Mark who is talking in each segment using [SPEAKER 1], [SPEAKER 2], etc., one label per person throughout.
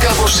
[SPEAKER 1] Κάπως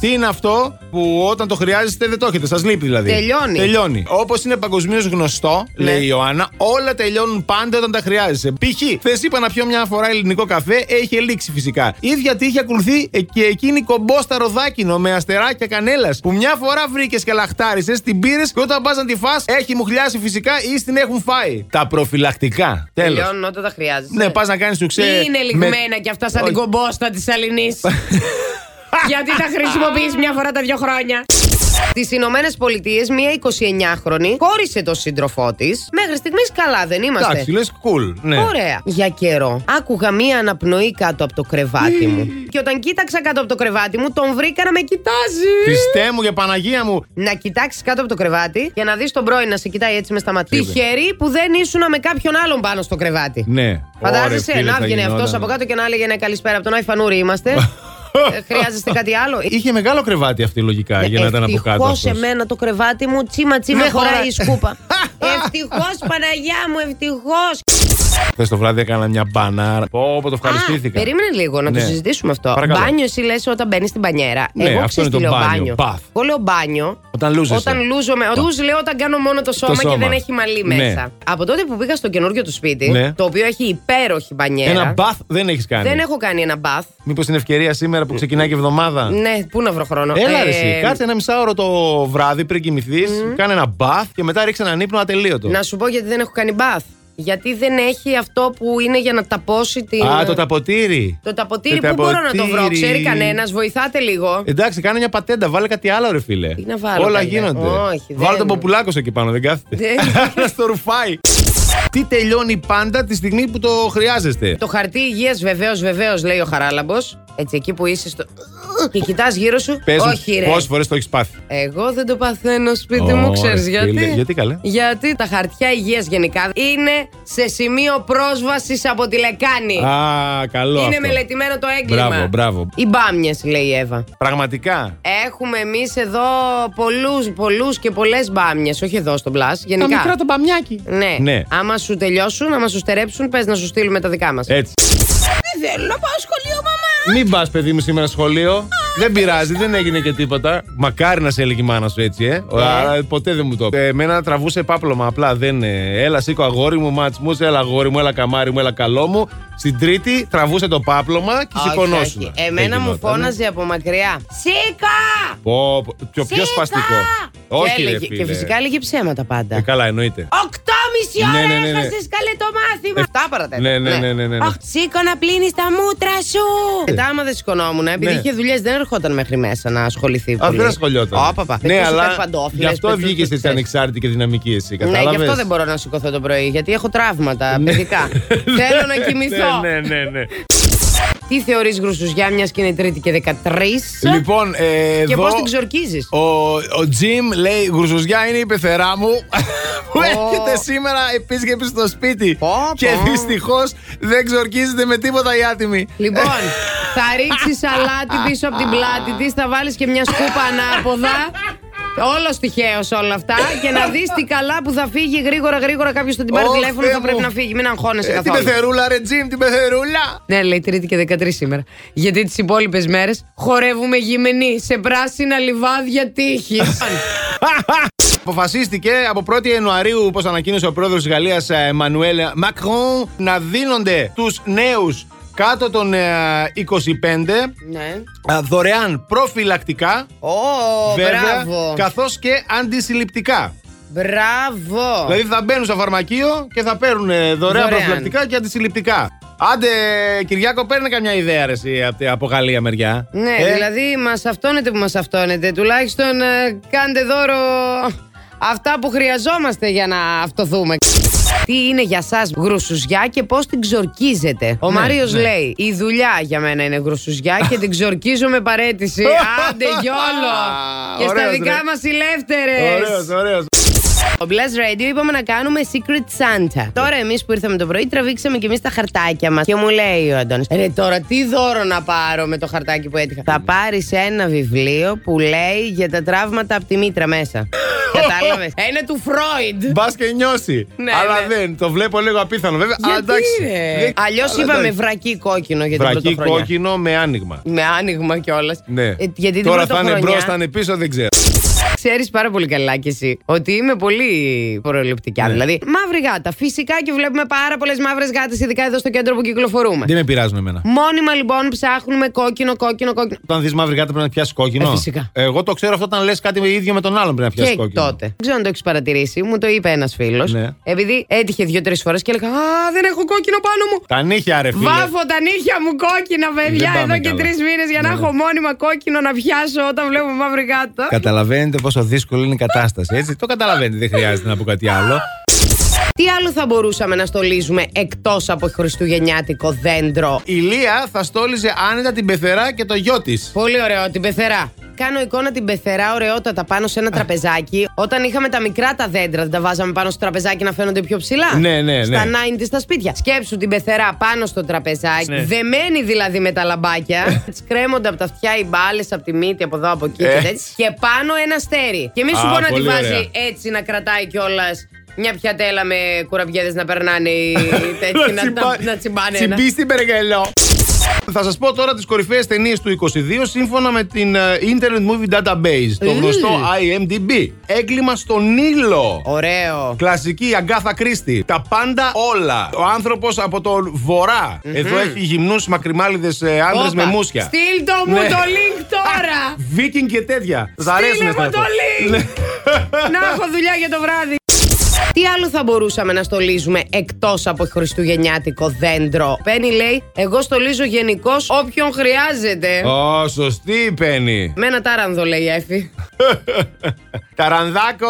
[SPEAKER 2] Τι είναι αυτό που όταν το χρειάζεστε δεν το έχετε, σας λείπει δηλαδή.
[SPEAKER 3] Τελειώνει.
[SPEAKER 2] Τελειώνει. Όπως είναι παγκοσμίως γνωστό,
[SPEAKER 3] Ναι.
[SPEAKER 2] λέει η Ιωάννα, όλα τελειώνουν πάντα όταν τα χρειάζεσαι. Π.χ. Θε είπα να πιω μια φορά ελληνικό καφέ, έχει λήξει φυσικά. Ίδια τύχη ακολουθεί ε, και εκείνη κομπόστα ροδάκινο με αστεράκια κανέλας που μια φορά βρήκες και λαχτάρισες, την πήρες και όταν πας να τη φά, έχει μουχλιάσει φυσικά ή στην έχουν φάει. Τα προφυλακτικά. Τέλος.
[SPEAKER 3] Τελειώνουν όταν τα χρειάζεσαι.
[SPEAKER 2] Ναι, πας να κάνεις του
[SPEAKER 3] Τι είναι λιγμένα κι αυτά σαν την
[SPEAKER 2] Όχι.
[SPEAKER 3] κομπόστα της Αλληνή. Γιατί τα χρησιμοποιείς μια φορά τα δύο χρόνια. Στι Ηνωμένες Πολιτείες, μία 29χρονη χώρισε τον σύντροφό της. Μέχρι στιγμής καλά, δεν είμαστε.
[SPEAKER 2] Εντάξει, λες cool. Ναι.
[SPEAKER 3] Ωραία. Για καιρό. Άκουγα μία αναπνοή κάτω από το κρεβάτι μου. Και όταν κοίταξα κάτω από το κρεβάτι μου, τον βρήκα να με κοιτάζει.
[SPEAKER 2] Χριστέ μου για Παναγία μου.
[SPEAKER 3] Να κοιτάξεις κάτω από το κρεβάτι για να δεις τον πρώην να σε κοιτάει έτσι μες στα ματιά. Τυχερή που δεν ήσουν με κάποιον άλλον πάνω στο κρεβάτι.
[SPEAKER 2] Ναι.
[SPEAKER 3] Φαντάζεσαι
[SPEAKER 2] Ωραία, φίλε,
[SPEAKER 3] να
[SPEAKER 2] θα
[SPEAKER 3] βγαινε αυτό
[SPEAKER 2] γινόταν.
[SPEAKER 3] από κάτω και να έλεγε ένα καλησπέρα από τον Άι Φανούρη είμαστε. Ε, Χρειάζεστε κάτι άλλο.
[SPEAKER 2] Είχε μεγάλο κρεβάτι αυτή λογικά για να ήταν από κάτω.
[SPEAKER 3] Ευτυχώς
[SPEAKER 2] αυτός.
[SPEAKER 3] εμένα το κρεβάτι μου τσίμα τσίμα
[SPEAKER 2] Δεν
[SPEAKER 3] χωράει
[SPEAKER 2] χωράει.
[SPEAKER 3] η σκούπα. ευτυχώς, Παναγιά μου, ευτυχώς.
[SPEAKER 2] Χθες το βράδυ έκανα μια μπανάρα. Πω, πω, το ευχαριστήθηκα.
[SPEAKER 3] Περίμενε λίγο να το
[SPEAKER 2] Ναι.
[SPEAKER 3] συζητήσουμε αυτό.
[SPEAKER 2] Παρακαλώ.
[SPEAKER 3] Μπάνιο, εσύ λες όταν μπαίνεις στην μπανιέρα.
[SPEAKER 2] Ναι,
[SPEAKER 3] Εγώ
[SPEAKER 2] αυτό
[SPEAKER 3] ξέρεις
[SPEAKER 2] είναι
[SPEAKER 3] τι
[SPEAKER 2] το
[SPEAKER 3] λέω
[SPEAKER 2] μπάνιο,
[SPEAKER 3] μπάνιο.
[SPEAKER 2] bath.
[SPEAKER 3] Εγώ λέω μπάνιο.
[SPEAKER 2] Όταν λούζεσαι.
[SPEAKER 3] Όταν λούζομαι.
[SPEAKER 2] Το-
[SPEAKER 3] Λούζ λέω όταν κάνω μόνο το σώμα,
[SPEAKER 2] σώμα.
[SPEAKER 3] και δεν έχει μαλλί
[SPEAKER 2] Ναι.
[SPEAKER 3] μέσα. Από τότε που πήγα στο καινούργιο του σπίτι,
[SPEAKER 2] Ναι.
[SPEAKER 3] το οποίο έχει υπέροχη μπανιέρα.
[SPEAKER 2] Ένα bath δεν έχεις κάνει.
[SPEAKER 3] ε. Δεν έχω κάνει ένα μπαθ.
[SPEAKER 2] Μήπως την ευκαιρία σήμερα που ξεκινάει και η εβδομάδα.
[SPEAKER 3] Ναι, πού να βρω χρόνο.
[SPEAKER 2] Έλα,
[SPEAKER 3] Ε,
[SPEAKER 2] ρε, εσύ. Κάτσε ένα μισάωρο το βράδυ πριν κοιμηθείς. Κάνε ένα bath και μετά ρίξε έναν ύπνο ατελείωτο.
[SPEAKER 3] Να σου πω γιατί δεν έχω κάνει μπαθ. Γιατί δεν έχει αυτό που είναι για να ταπώσει την.
[SPEAKER 2] Α, το ταποτήρι.
[SPEAKER 3] Το ταποτήρι,
[SPEAKER 2] Το
[SPEAKER 3] πού μπορώ να το βρω,
[SPEAKER 2] ταποτήρι. Ε-
[SPEAKER 3] ξέρει κανένας, βοηθάτε λίγο.
[SPEAKER 2] Εντάξει, κάνε μια πατέντα, βάλε κάτι άλλο, ρε φίλε.
[SPEAKER 3] να βάλω,
[SPEAKER 2] Όλα
[SPEAKER 3] παιδιά.
[SPEAKER 2] γίνονται.
[SPEAKER 3] Όχι,
[SPEAKER 2] βάλε
[SPEAKER 3] δεν- Ναι.
[SPEAKER 2] τον ποπουλάκο σου εκεί πάνω, δεν κάθεται.
[SPEAKER 3] Δεν-
[SPEAKER 2] Να στο ρουφάει. Τι τελειώνει πάντα τη στιγμή που το χρειάζεστε.
[SPEAKER 3] Το χαρτί υγείας βεβαίως, βεβαίως, λέει ο Χαράλαμπος. Έτσι, εκεί που είσαι στο. Και κοιτάς γύρω σου.
[SPEAKER 2] Πες μου
[SPEAKER 3] Όχι, ρε.
[SPEAKER 2] πόσες φορές το έχεις πάθει.
[SPEAKER 3] Εγώ δεν το παθαίνω σπίτι
[SPEAKER 2] Ω,
[SPEAKER 3] μου,
[SPEAKER 2] ρε,
[SPEAKER 3] ξέρει
[SPEAKER 2] φίλε.
[SPEAKER 3] γιατί.
[SPEAKER 2] Γιατί καλέ?
[SPEAKER 3] Γιατί τα χαρτιά υγείας γενικά είναι σε σημείο πρόσβασης από τη λεκάνη.
[SPEAKER 2] Α, καλό
[SPEAKER 3] Ε. είναι
[SPEAKER 2] αυτό.
[SPEAKER 3] μελετημένο το έγκλημα.
[SPEAKER 2] Μπράβο, μπράβο.
[SPEAKER 3] Οι μπάμιες, λέει η Εύα.
[SPEAKER 2] Πραγματικά.
[SPEAKER 3] Έχουμε εμείς εδώ πολλούς πολλούς και πολλές μπάμιες. Όχι εδώ στο μπλα, γενικά.
[SPEAKER 2] το μπαμιάκι.
[SPEAKER 3] Ναι.
[SPEAKER 2] Ναι.
[SPEAKER 3] Άμα σου τελειώσουν, άμα σου στερέψουν, πες να σου στείλουμε τα δικά μας.
[SPEAKER 2] Έτσι.
[SPEAKER 3] Δεν Ε, θέλω να πάω σχολείο, μαμά.
[SPEAKER 2] Μην πας, παιδί μου, σήμερα σχολείο. Δεν πειράζει, δεν έγινε και τίποτα. Μακάρι να σε έλεγε η μάνα σου έτσι, ε. Αλλά ποτέ δεν μου το είπε. Εμένα τραβούσε πάπλωμα. Απλά δεν. ε, Έλα, σήκω αγόρι μου, ματσμού, έλα αγόρι μου, έλα καμάρι μου, έλα καλό μου. Στην τρίτη τραβούσε το πάπλωμα και
[SPEAKER 3] Όχι,
[SPEAKER 2] σηκωνόσουν. ε.
[SPEAKER 3] όχι. Εμένα μου
[SPEAKER 2] ναι.
[SPEAKER 3] φώναζε από μακριά. Σίκα!
[SPEAKER 2] Πω, πω, πιο, πιο
[SPEAKER 3] Σίκα!
[SPEAKER 2] σπαστικό.
[SPEAKER 3] Και
[SPEAKER 2] Όχι,
[SPEAKER 3] έλεγε-
[SPEAKER 2] ρε, φίλε.
[SPEAKER 3] Και φυσικά έλεγε ψέματα πάντα.
[SPEAKER 2] Ε, καλά, εννοείται.
[SPEAKER 3] Οκτώμιση
[SPEAKER 2] Ναι, ναι,
[SPEAKER 3] ώρα
[SPEAKER 2] ναι, ναι.
[SPEAKER 3] έχασε καλέ το μάθημα.
[SPEAKER 2] Ε,
[SPEAKER 3] Αυτά παρατέτω.
[SPEAKER 2] ναι, ναι, ναι, ναι, ναι, ναι.
[SPEAKER 3] Αχ, σήκω να πλύνεις τα μούτρα σου. Μετά, άμα δεν σηκωνόμουν, επειδή
[SPEAKER 2] Ναι.
[SPEAKER 3] είχε δουλειές, δεν ερχόταν μέχρι μέσα να ασχοληθεί.
[SPEAKER 2] Α,
[SPEAKER 3] πολύ.
[SPEAKER 2] δεν ασχολιόταν.
[SPEAKER 3] Όπαπα.
[SPEAKER 2] Ναι,
[SPEAKER 3] Πετούσε
[SPEAKER 2] αλλά
[SPEAKER 3] κάτι παντόφιλες,
[SPEAKER 2] γι' αυτό
[SPEAKER 3] πετούσε
[SPEAKER 2] βγήκες
[SPEAKER 3] το
[SPEAKER 2] έτσι
[SPEAKER 3] ξέρεις.
[SPEAKER 2] ανεξάρτητη και δυναμική εσύ.
[SPEAKER 3] Ναι,
[SPEAKER 2] Κατάλαβες.
[SPEAKER 3] γι' αυτό δεν μπορώ να σηκωθώ το πρωί, γιατί έχω τραύματα παιδικά. Θέλω να κοιμηθώ.
[SPEAKER 2] ναι, ναι, ναι.
[SPEAKER 3] Τι θεωρείς γρουσουζιά, μιας και είναι Τρίτη και 13.
[SPEAKER 2] Λοιπόν, ε,
[SPEAKER 3] Και
[SPEAKER 2] εδώ
[SPEAKER 3] πώς την ξορκίζεις.
[SPEAKER 2] ο, ο Τζιμ λέει γρουσουζιά είναι η πεθερά μου που
[SPEAKER 3] Ω.
[SPEAKER 2] έρχεται σήμερα επίσκεψη στο σπίτι
[SPEAKER 3] Πω, πω.
[SPEAKER 2] και δυστυχώς δεν ξορκίζεται με τίποτα η άτιμη.
[SPEAKER 3] Λοιπόν, θα ρίξεις σαλάτι πίσω από την πλάτη της, θα βάλεις και μια σκούπα ανάποδα. Όλος τυχαίος όλα αυτά. Και να δεις τι καλά που θα φύγει γρήγορα, γρήγορα κάποιος θα την πάρει
[SPEAKER 2] Ω,
[SPEAKER 3] τηλέφωνο
[SPEAKER 2] Θεέ
[SPEAKER 3] θα πρέπει
[SPEAKER 2] μου.
[SPEAKER 3] να φύγει. Μην αγχώνεσαι
[SPEAKER 2] Ε, την
[SPEAKER 3] καθόλου.
[SPEAKER 2] πεθερούλα ρε Τζιμ, την πεθερούλα.
[SPEAKER 3] Ναι, λέει Τρίτη και 13 σήμερα. Γιατί τις υπόλοιπες μέρες χορεύουμε γυμνοί σε πράσινα λιβάδια τύχη.
[SPEAKER 2] Αποφασίστηκε από 1η Ιανουαρίου, όπως ανακοίνωσε ο πρόεδρος της Γαλλίας Εμμανουέλ Μακρόν, ε, να δίνονται τους νέους κάτω των ε, 25
[SPEAKER 3] ναι.
[SPEAKER 2] Α, δωρεάν προφυλακτικά,
[SPEAKER 3] Ω,
[SPEAKER 2] βέβαια,
[SPEAKER 3] μπράβο.
[SPEAKER 2] καθώς και αντισυλληπτικά.
[SPEAKER 3] Μπράβο.
[SPEAKER 2] Δηλαδή θα μπαίνουν στο φαρμακείο και θα παίρνουν ε, δωρεάν,
[SPEAKER 3] Δωρεάν.
[SPEAKER 2] προφυλακτικά και αντισυλληπτικά. Άντε, Κυριάκο, παίρνε καμιά ιδέα ρε, εσύ, απ' τη- από Γαλλία μεριά.
[SPEAKER 3] Ναι,
[SPEAKER 2] Ε,
[SPEAKER 3] δηλαδή μας αυτόνετε που μας αυτόνετε. Τουλάχιστον ε, κάντε δώρο αυτά που χρειαζόμαστε για να αυτοθούμε. Τι είναι για σας γρουσουζιά και πώς την ξορκίζετε. Ο
[SPEAKER 2] Ναι,
[SPEAKER 3] Μάριος
[SPEAKER 2] ναι.
[SPEAKER 3] λέει: Η δουλειά για μένα είναι γρουσουζιά και την ξορκίζω με παρέτηση. Άντε, γιόλο! και στα
[SPEAKER 2] Ωραίος,
[SPEAKER 3] δικά
[SPEAKER 2] ρε.
[SPEAKER 3] μας ηλεύθερες
[SPEAKER 2] Ωραίος, ωραίος.
[SPEAKER 3] Ο Blast Radio είπαμε να κάνουμε Secret Santa. Τώρα εμείς που ήρθαμε το πρωί τραβήξαμε και εμείς τα χαρτάκια μας. Και μου λέει ο Αντώνης, Ρε τώρα τι δώρο να πάρω με το χαρτάκι που έτυχα. Θα πάρεις ένα βιβλίο που λέει για τα τραύματα από τη μήτρα μέσα. Κατάλαβες. Είναι του Φρόιντ.
[SPEAKER 2] Μπας και νιώσει.
[SPEAKER 3] Ναι,
[SPEAKER 2] Αλλά
[SPEAKER 3] ναι.
[SPEAKER 2] δεν. Το βλέπω λίγο απίθανο, βέβαια. Α, εντάξει. Δεν-
[SPEAKER 3] Αλλιώς
[SPEAKER 2] Αλλά
[SPEAKER 3] είπαμε
[SPEAKER 2] εντάξει.
[SPEAKER 3] βρακί κόκκινο για την
[SPEAKER 2] Βρακί
[SPEAKER 3] πρωτοχρονιά.
[SPEAKER 2] κόκκινο με άνοιγμα.
[SPEAKER 3] Με άνοιγμα κιόλας.
[SPEAKER 2] Ναι.
[SPEAKER 3] γιατί την
[SPEAKER 2] Τώρα θα είναι μπρο,
[SPEAKER 3] πρωτοχρονιά-
[SPEAKER 2] θα είναι πίσω, δεν ξέρω.
[SPEAKER 3] Ξέρει πάρα πολύ καλά κι εσύ ότι είμαι πολύ προληπτικά.
[SPEAKER 2] Ναι.
[SPEAKER 3] Δηλαδή, μαύρη γάτα. Φυσικά και βλέπουμε πάρα πολλές μαύρες γάτες, ειδικά εδώ στο κέντρο που κυκλοφορούμε.
[SPEAKER 2] Δεν με πειράζουν εμένα.
[SPEAKER 3] Μόνιμα λοιπόν ψάχνουμε κόκκινο, κόκκινο, κόκκινο.
[SPEAKER 2] Όταν δεις μαύρη γάτα πρέπει να πιάσεις κόκκινο.
[SPEAKER 3] Ε, φυσικά.
[SPEAKER 2] Εγώ το ξέρω αυτό όταν λες κάτι ίδιο με τον άλλον πρέπει να πιάσεις
[SPEAKER 3] Και
[SPEAKER 2] κόκκινο.
[SPEAKER 3] τότε. Δεν ξέρω αν το έχεις παρατηρήσει, μου το είπε ένας φίλος.
[SPEAKER 2] Ναι.
[SPEAKER 3] Επειδή έτυχε δύο-τρει φορές και έλεγα Α, δεν έχω κόκκινο πάνω μου.
[SPEAKER 2] Τα νύχια, ρε φίλε.
[SPEAKER 3] Βάφω τα νύχια μου κόκκινα, παιδιά,
[SPEAKER 2] πάμε
[SPEAKER 3] εδώ και
[SPEAKER 2] καλά.
[SPEAKER 3] τρεις μήνες για να
[SPEAKER 2] Ναι, ναι.
[SPEAKER 3] έχω μόνιμα κόκκινο να πιάσω όταν βλέπω μαύρη γάτα.
[SPEAKER 2] Καταλαβαίνετε πόσο δύσκολη είναι η κατάσταση, έτσι. Το καταλαβαίνετε, δεν χρειάζεται να πω κάτι άλλο.
[SPEAKER 3] Τι άλλο θα μπορούσαμε να στολίζουμε εκτός από χριστουγεννιάτικο δέντρο.
[SPEAKER 2] Η Λία θα στόλιζε άνετα την πεθερά και το γιο της.
[SPEAKER 3] Πολύ ωραίο, την πεθερά. Κάνω εικόνα την πεθερά ωραιότατα πάνω σε ένα τραπεζάκι. Όταν είχαμε τα μικρά τα δέντρα, δεν τα βάζαμε πάνω στο τραπεζάκι να φαίνονται πιο ψηλά.
[SPEAKER 2] Ναι, ναι, ναι.
[SPEAKER 3] Στα 90 στα σπίτια. Σκέψου την πεθερά πάνω στο τραπεζάκι.
[SPEAKER 2] Ναι.
[SPEAKER 3] Δεμένη δηλαδή με τα λαμπάκια. Τη κρέμονται από τα αυτιά οι μπάλες, από τη μύτη, από εδώ, από εκεί
[SPEAKER 2] Ε.
[SPEAKER 3] και τέτοια. Και πάνω ένα στέρι. Και μη σου
[SPEAKER 2] Α,
[SPEAKER 3] πω να τη
[SPEAKER 2] πολύ
[SPEAKER 3] βάζει
[SPEAKER 2] ωραία.
[SPEAKER 3] έτσι να κρατάει κιόλας. Μια πιατέλα με κουραμπιέδε να περνάνε οι τέτοιοι να,
[SPEAKER 2] τσιμπά-
[SPEAKER 3] να, να τσιμπάνε. ένα.
[SPEAKER 2] Τσιμπίστη Μπεργελό. Θα σας πω τώρα τις κορυφαίες ταινίες του 22 σύμφωνα με την ε, Internet Movie Database, το
[SPEAKER 3] Ε.
[SPEAKER 2] γνωστό IMDb. Έγκλημα στον Ήλο.
[SPEAKER 3] Ωραίο.
[SPEAKER 2] Κλασική Αγκάθα Κρίστη. Τα πάντα όλα. Ο άνθρωπος από τον βορρά. Εδώ έχει γυμνούς μακριμάλιδες ε, άνδρες με
[SPEAKER 3] Όπα.
[SPEAKER 2] μουσια.
[SPEAKER 3] Στείλ το μου
[SPEAKER 2] Ναι.
[SPEAKER 3] το link τώρα!
[SPEAKER 2] Βίκινγκ και τέτοια. Θα αρέσουν
[SPEAKER 3] μου
[SPEAKER 2] αυτά.
[SPEAKER 3] το link.
[SPEAKER 2] Ναι.
[SPEAKER 3] να έχω δουλειά για το βράδυ. Τι άλλο θα μπορούσαμε να στολίζουμε εκτός από χριστουγεννιάτικο δέντρο. Πένι λέει: Εγώ στολίζω γενικώς όποιον χρειάζεται.
[SPEAKER 2] Ω, σωστή η Πέννη.
[SPEAKER 3] Με ένα τάρανδο λέει η Εφη.
[SPEAKER 2] Ταρανδάκο.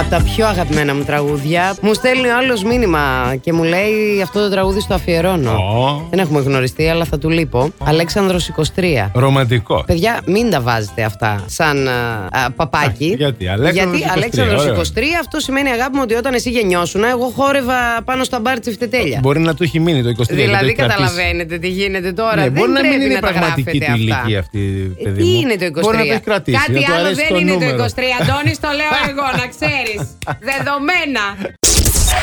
[SPEAKER 3] Από τα πιο αγαπημένα μου τραγούδια, μου στέλνει ο άλλο μήνυμα και μου λέει: Αυτό το τραγούδι στο αφιερώνω.
[SPEAKER 2] Ω.
[SPEAKER 3] Δεν έχουμε γνωριστεί, αλλά θα του λείπω. Αλέξανδρος 23.
[SPEAKER 2] Ρομαντικός.
[SPEAKER 3] Παιδιά, μην τα βάζετε αυτά σαν α, α, παπάκι.
[SPEAKER 2] Α, γιατί, Αλέξανδρος 23,
[SPEAKER 3] Αλέξανδρος
[SPEAKER 2] ωραίο.
[SPEAKER 3] 23, αυτό σημαίνει αγάπη μου ότι όταν εσύ γεννιώσουν, εγώ χόρευα πάνω στα μπαρ τσιφτετέλια.
[SPEAKER 2] Μπορεί να του έχει μείνει το 23. και το
[SPEAKER 3] Δηλαδή,
[SPEAKER 2] έχει κρατήσει.
[SPEAKER 3] καταλαβαίνετε τι γίνεται τώρα.
[SPEAKER 2] Ναι,
[SPEAKER 3] δεν
[SPEAKER 2] μπορεί να μην
[SPEAKER 3] πρέπει
[SPEAKER 2] είναι
[SPEAKER 3] να τα
[SPEAKER 2] πραγματική
[SPEAKER 3] γράφετε
[SPEAKER 2] του
[SPEAKER 3] αυτά.
[SPEAKER 2] ηλικία αυτή,
[SPEAKER 3] Ε,
[SPEAKER 2] παιδί
[SPEAKER 3] Τι
[SPEAKER 2] μου.
[SPEAKER 3] είναι το 23.
[SPEAKER 2] Μπορεί να το έχει κρατήσει. να
[SPEAKER 3] Κάτι
[SPEAKER 2] του
[SPEAKER 3] άλλο
[SPEAKER 2] αρέσει
[SPEAKER 3] δεν είναι
[SPEAKER 2] νούμερο.
[SPEAKER 3] το 23. Αντώνης, το λέω εγώ, να ξέρεις. Δεδομένα.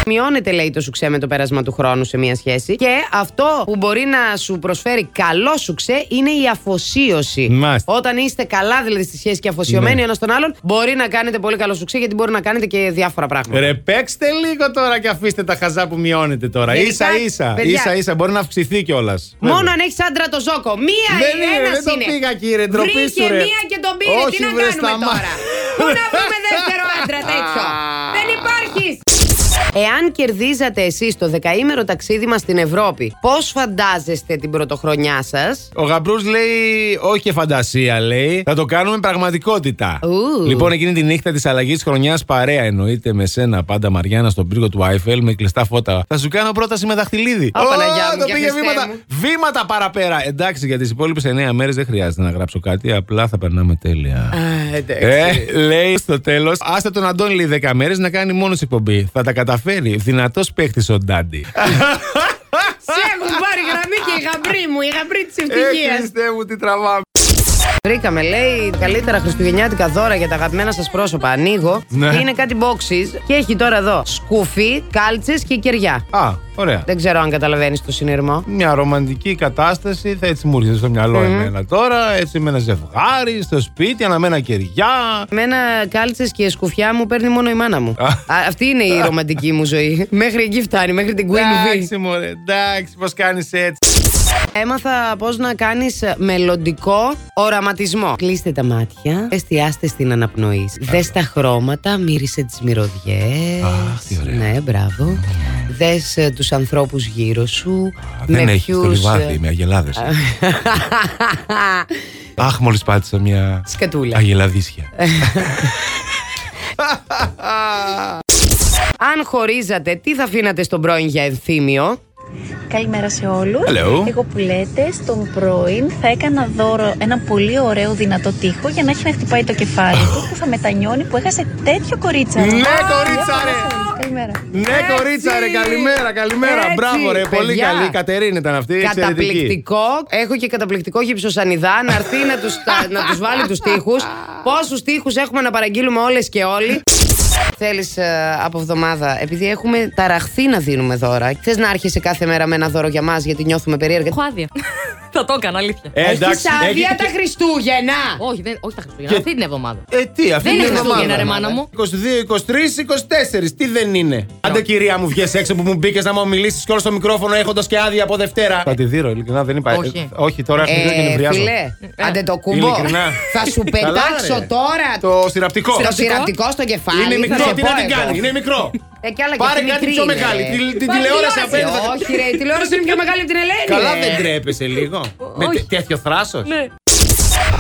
[SPEAKER 3] Μειώνεται, λέει, το σουξέ με το πέρασμα του χρόνου σε μία σχέση. Και αυτό που μπορεί να σου προσφέρει καλό σουξέ είναι η αφοσίωση.
[SPEAKER 2] Μάλιστα.
[SPEAKER 3] Όταν είστε καλά, δηλαδή, στη σχέση και αφοσιωμένοι
[SPEAKER 2] Ναι.
[SPEAKER 3] ένας στον άλλον, μπορεί να κάνετε πολύ καλό σουξέ γιατί μπορεί να κάνετε και διάφορα πράγματα.
[SPEAKER 2] Ρε παίξτε λίγο τώρα και αφήστε τα χαζά που μειώνεται τώρα.
[SPEAKER 3] Γενικά,
[SPEAKER 2] Ίσα ίσα.
[SPEAKER 3] παιδιά.
[SPEAKER 2] Ίσα ίσα μπορεί να αυξηθεί κιόλας.
[SPEAKER 3] Μόνο αν έχεις άντρα το ζόκο. Μία
[SPEAKER 2] Δεν
[SPEAKER 3] ή
[SPEAKER 2] είναι,
[SPEAKER 3] ένα
[SPEAKER 2] δεν το
[SPEAKER 3] είναι.
[SPEAKER 2] πήγα, κύριε, ντροπή σου,
[SPEAKER 3] Βρήκε
[SPEAKER 2] ρε.
[SPEAKER 3] μία και τον πήρε.
[SPEAKER 2] Όχι,
[SPEAKER 3] Τι να
[SPEAKER 2] βρε,
[SPEAKER 3] κάνουμε
[SPEAKER 2] σταμά-
[SPEAKER 3] τώρα. Πού να βρούμε δεύτερο άντρα τέτοιο. δεν υπάρχει. Εάν κερδίζατε εσείς το δεκαήμερο ταξίδι μας στην Ευρώπη, πώς φαντάζεστε την πρωτοχρονιά σας.
[SPEAKER 2] Ο Γαμπρούς λέει: Όχι και φαντασία, λέει. Θα το κάνουμε πραγματικότητα.
[SPEAKER 3] Ου.
[SPEAKER 2] Λοιπόν, εκείνη τη νύχτα της αλλαγής χρονιάς, παρέα εννοείται με σένα πάντα, Μαριάννα, στον πύργο του Άιφελ με κλειστά φώτα. Θα σου κάνω πρόταση με δαχτυλίδι.
[SPEAKER 3] Α,
[SPEAKER 2] Ω,
[SPEAKER 3] Παναγιά μου,
[SPEAKER 2] το
[SPEAKER 3] για
[SPEAKER 2] πήγε
[SPEAKER 3] Χριστέ
[SPEAKER 2] βήματα,
[SPEAKER 3] μου.
[SPEAKER 2] βήματα παραπέρα. Εντάξει, για τις υπόλοιπες 9 μέρες δεν χρειάζεται να γράψω κάτι, απλά θα περνάμε τέλεια. Ε, λέει στο τέλος, άστε τον Αντώνη λέει 10 μέρες να κάνει μόνος εκπομπή. Θα τα καταφέρει. Δυνατός παίχτης ο Ντάντι.
[SPEAKER 3] Σε έχουν πάρει γραμμή και η γαμπρή μου, η γαμπρή της
[SPEAKER 2] Ε,
[SPEAKER 3] ευτυχίας.
[SPEAKER 2] Χριστέ μου, τι τραβάμε.
[SPEAKER 3] Βρήκαμε, λέει, καλύτερα χριστουγεννιάτικα δώρα για τα αγαπημένα σας πρόσωπα. Ανοίγω.
[SPEAKER 2] Ναι.
[SPEAKER 3] και Είναι κάτι boxes και έχει τώρα εδώ σκούφι, κάλτσες και κεριά.
[SPEAKER 2] Α, ωραία.
[SPEAKER 3] Δεν ξέρω αν καταλαβαίνεις το συνειρμό.
[SPEAKER 2] μια ρομαντική κατάσταση, θα έτσι μου έρχεται στο μυαλο εμένα τώρα, έτσι με ένα ζευγάρι, στο σπίτι, αναμένα κεριά.
[SPEAKER 3] Εμένα κάλτσες και σκουφιά μου παίρνει μόνο η μάνα μου.
[SPEAKER 2] Α.
[SPEAKER 3] Α, αυτή είναι η ρομαντική μου ζωή. Μέχρι εκεί φτάνει, μέχρι την Queen V.
[SPEAKER 2] Εντάξει, μωρέ, εντάξει, πώς κάνεις έτσι.
[SPEAKER 3] Έμαθα πώς να κάνεις μελλοντικό οραματισμό. Κλείστε τα μάτια, εστιάστε στην αναπνοή. Δες τα χρώματα, μύρισε τις μυρωδιές.
[SPEAKER 2] Αχ, τι ωραία.
[SPEAKER 3] Ναι, μπράβο. Δες τους ανθρώπους γύρω σου.
[SPEAKER 2] Δεν
[SPEAKER 3] με
[SPEAKER 2] έχει το
[SPEAKER 3] ποιους,
[SPEAKER 2] λιβάδι,
[SPEAKER 3] ε,
[SPEAKER 2] με αγελάδες. Αχ, μόλις πάτησα μια
[SPEAKER 3] Σκατούλα.
[SPEAKER 2] αγελαδίσια.
[SPEAKER 3] Ε, Αν χωρίζατε, τι θα αφήνατε στον πρώην για ενθύμιο.
[SPEAKER 4] Καλημέρα σε όλους.
[SPEAKER 2] Hello.
[SPEAKER 4] Εγώ που λέτε, στον πρώην θα έκανα δώρο ένα πολύ ωραίο δυνατό τοίχο για να έχει να χτυπάει το κεφάλι του που θα μετανιώνει που έχασε τέτοιο κορίτσα.
[SPEAKER 2] Ναι, κορίτσα, ρε!
[SPEAKER 4] Καλημέρα.
[SPEAKER 2] Ναι,
[SPEAKER 3] Έτσι.
[SPEAKER 2] κορίτσα, ρε, καλημέρα, καλημέρα.
[SPEAKER 3] Έτσι,
[SPEAKER 2] Μπράβο, ρε, πολύ
[SPEAKER 3] παιδιά.
[SPEAKER 2] καλή. Η Κατερίνα ήταν αυτή. εξαιρετική.
[SPEAKER 3] Καταπληκτικό. Έχω και καταπληκτικό γυψοσανιδά να έρθει να τους να τους βάλει τους τοίχου. Πόσου τοίχου έχουμε να παραγγείλουμε όλες και όλοι. Θέλεις από εβδομάδα, επειδή έχουμε ταραχθεί να δίνουμε δώρα, θες να άρχισε κάθε μέρα με ένα δώρο για μας, γιατί νιώθουμε περίεργα.
[SPEAKER 5] Έχω άδεια. θα το έκανα, αλήθεια.
[SPEAKER 2] Ε, εντάξει,
[SPEAKER 3] Έχεις άδεια
[SPEAKER 2] έχει-
[SPEAKER 3] τα Χριστούγεννα!
[SPEAKER 5] όχι, δεν, όχι τα Χριστούγεννα.
[SPEAKER 2] Και-
[SPEAKER 5] Αυτή την εβδομάδα.
[SPEAKER 2] Ε, τι, αυτή είναι
[SPEAKER 5] Δεν είναι
[SPEAKER 2] η
[SPEAKER 5] Χριστούγεννα,
[SPEAKER 2] εβδομάδα.
[SPEAKER 5] ρε μάνα μου.
[SPEAKER 2] 22, 23, 24. Τι δεν είναι. Άντε, κυρία μου, βγες έξω που μου μπήκες να μου μιλήσεις και όλο στο μικρόφωνο έχοντας και άδεια από Δευτέρα. Θα τη δίνω, ειλικρινά δεν υπάρχει.
[SPEAKER 5] Όχι.
[SPEAKER 2] Ε, όχι, τώρα έχω και
[SPEAKER 3] Ε,
[SPEAKER 2] νευριάζω.
[SPEAKER 3] φιλέ, άντε το κουμπό.
[SPEAKER 2] Ειλικρινά.
[SPEAKER 3] Θα σου
[SPEAKER 2] Καλά,
[SPEAKER 3] πετάξω
[SPEAKER 2] ρε.
[SPEAKER 3] τώρα το
[SPEAKER 2] Το σιραπτικό.
[SPEAKER 3] σειραπτικό στο κεφάλι.
[SPEAKER 2] Είναι
[SPEAKER 3] θα σε
[SPEAKER 2] μικρό, τι να
[SPEAKER 3] πω
[SPEAKER 2] την
[SPEAKER 3] εγώ.
[SPEAKER 2] κάνει, είναι μικρό.
[SPEAKER 3] Ε, κι άλλα και
[SPEAKER 2] Πάρε
[SPEAKER 3] αυτή
[SPEAKER 2] κάτι
[SPEAKER 3] μικρή
[SPEAKER 2] πιο
[SPEAKER 3] είναι,
[SPEAKER 2] μεγάλη.
[SPEAKER 3] ρε.
[SPEAKER 2] Την- Την τηλεόραση
[SPEAKER 3] Ε,
[SPEAKER 2] απέναντι. θα-
[SPEAKER 3] Όχι, ρε, η τηλεόραση είναι πιο μεγάλη από την Ελένη.
[SPEAKER 2] Καλά
[SPEAKER 3] ρε.
[SPEAKER 2] δεν τρέπεσαι λίγο. Με τε- τέτοιο θράσος.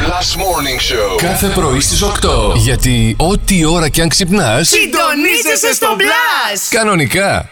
[SPEAKER 1] Last Morning Show.
[SPEAKER 6] Κάθε πρωί στις 8. Γιατί ό,τι ώρα κι αν ξυπνάς,
[SPEAKER 3] Συντονίζεσαι στο μπλα!
[SPEAKER 6] κανονικά.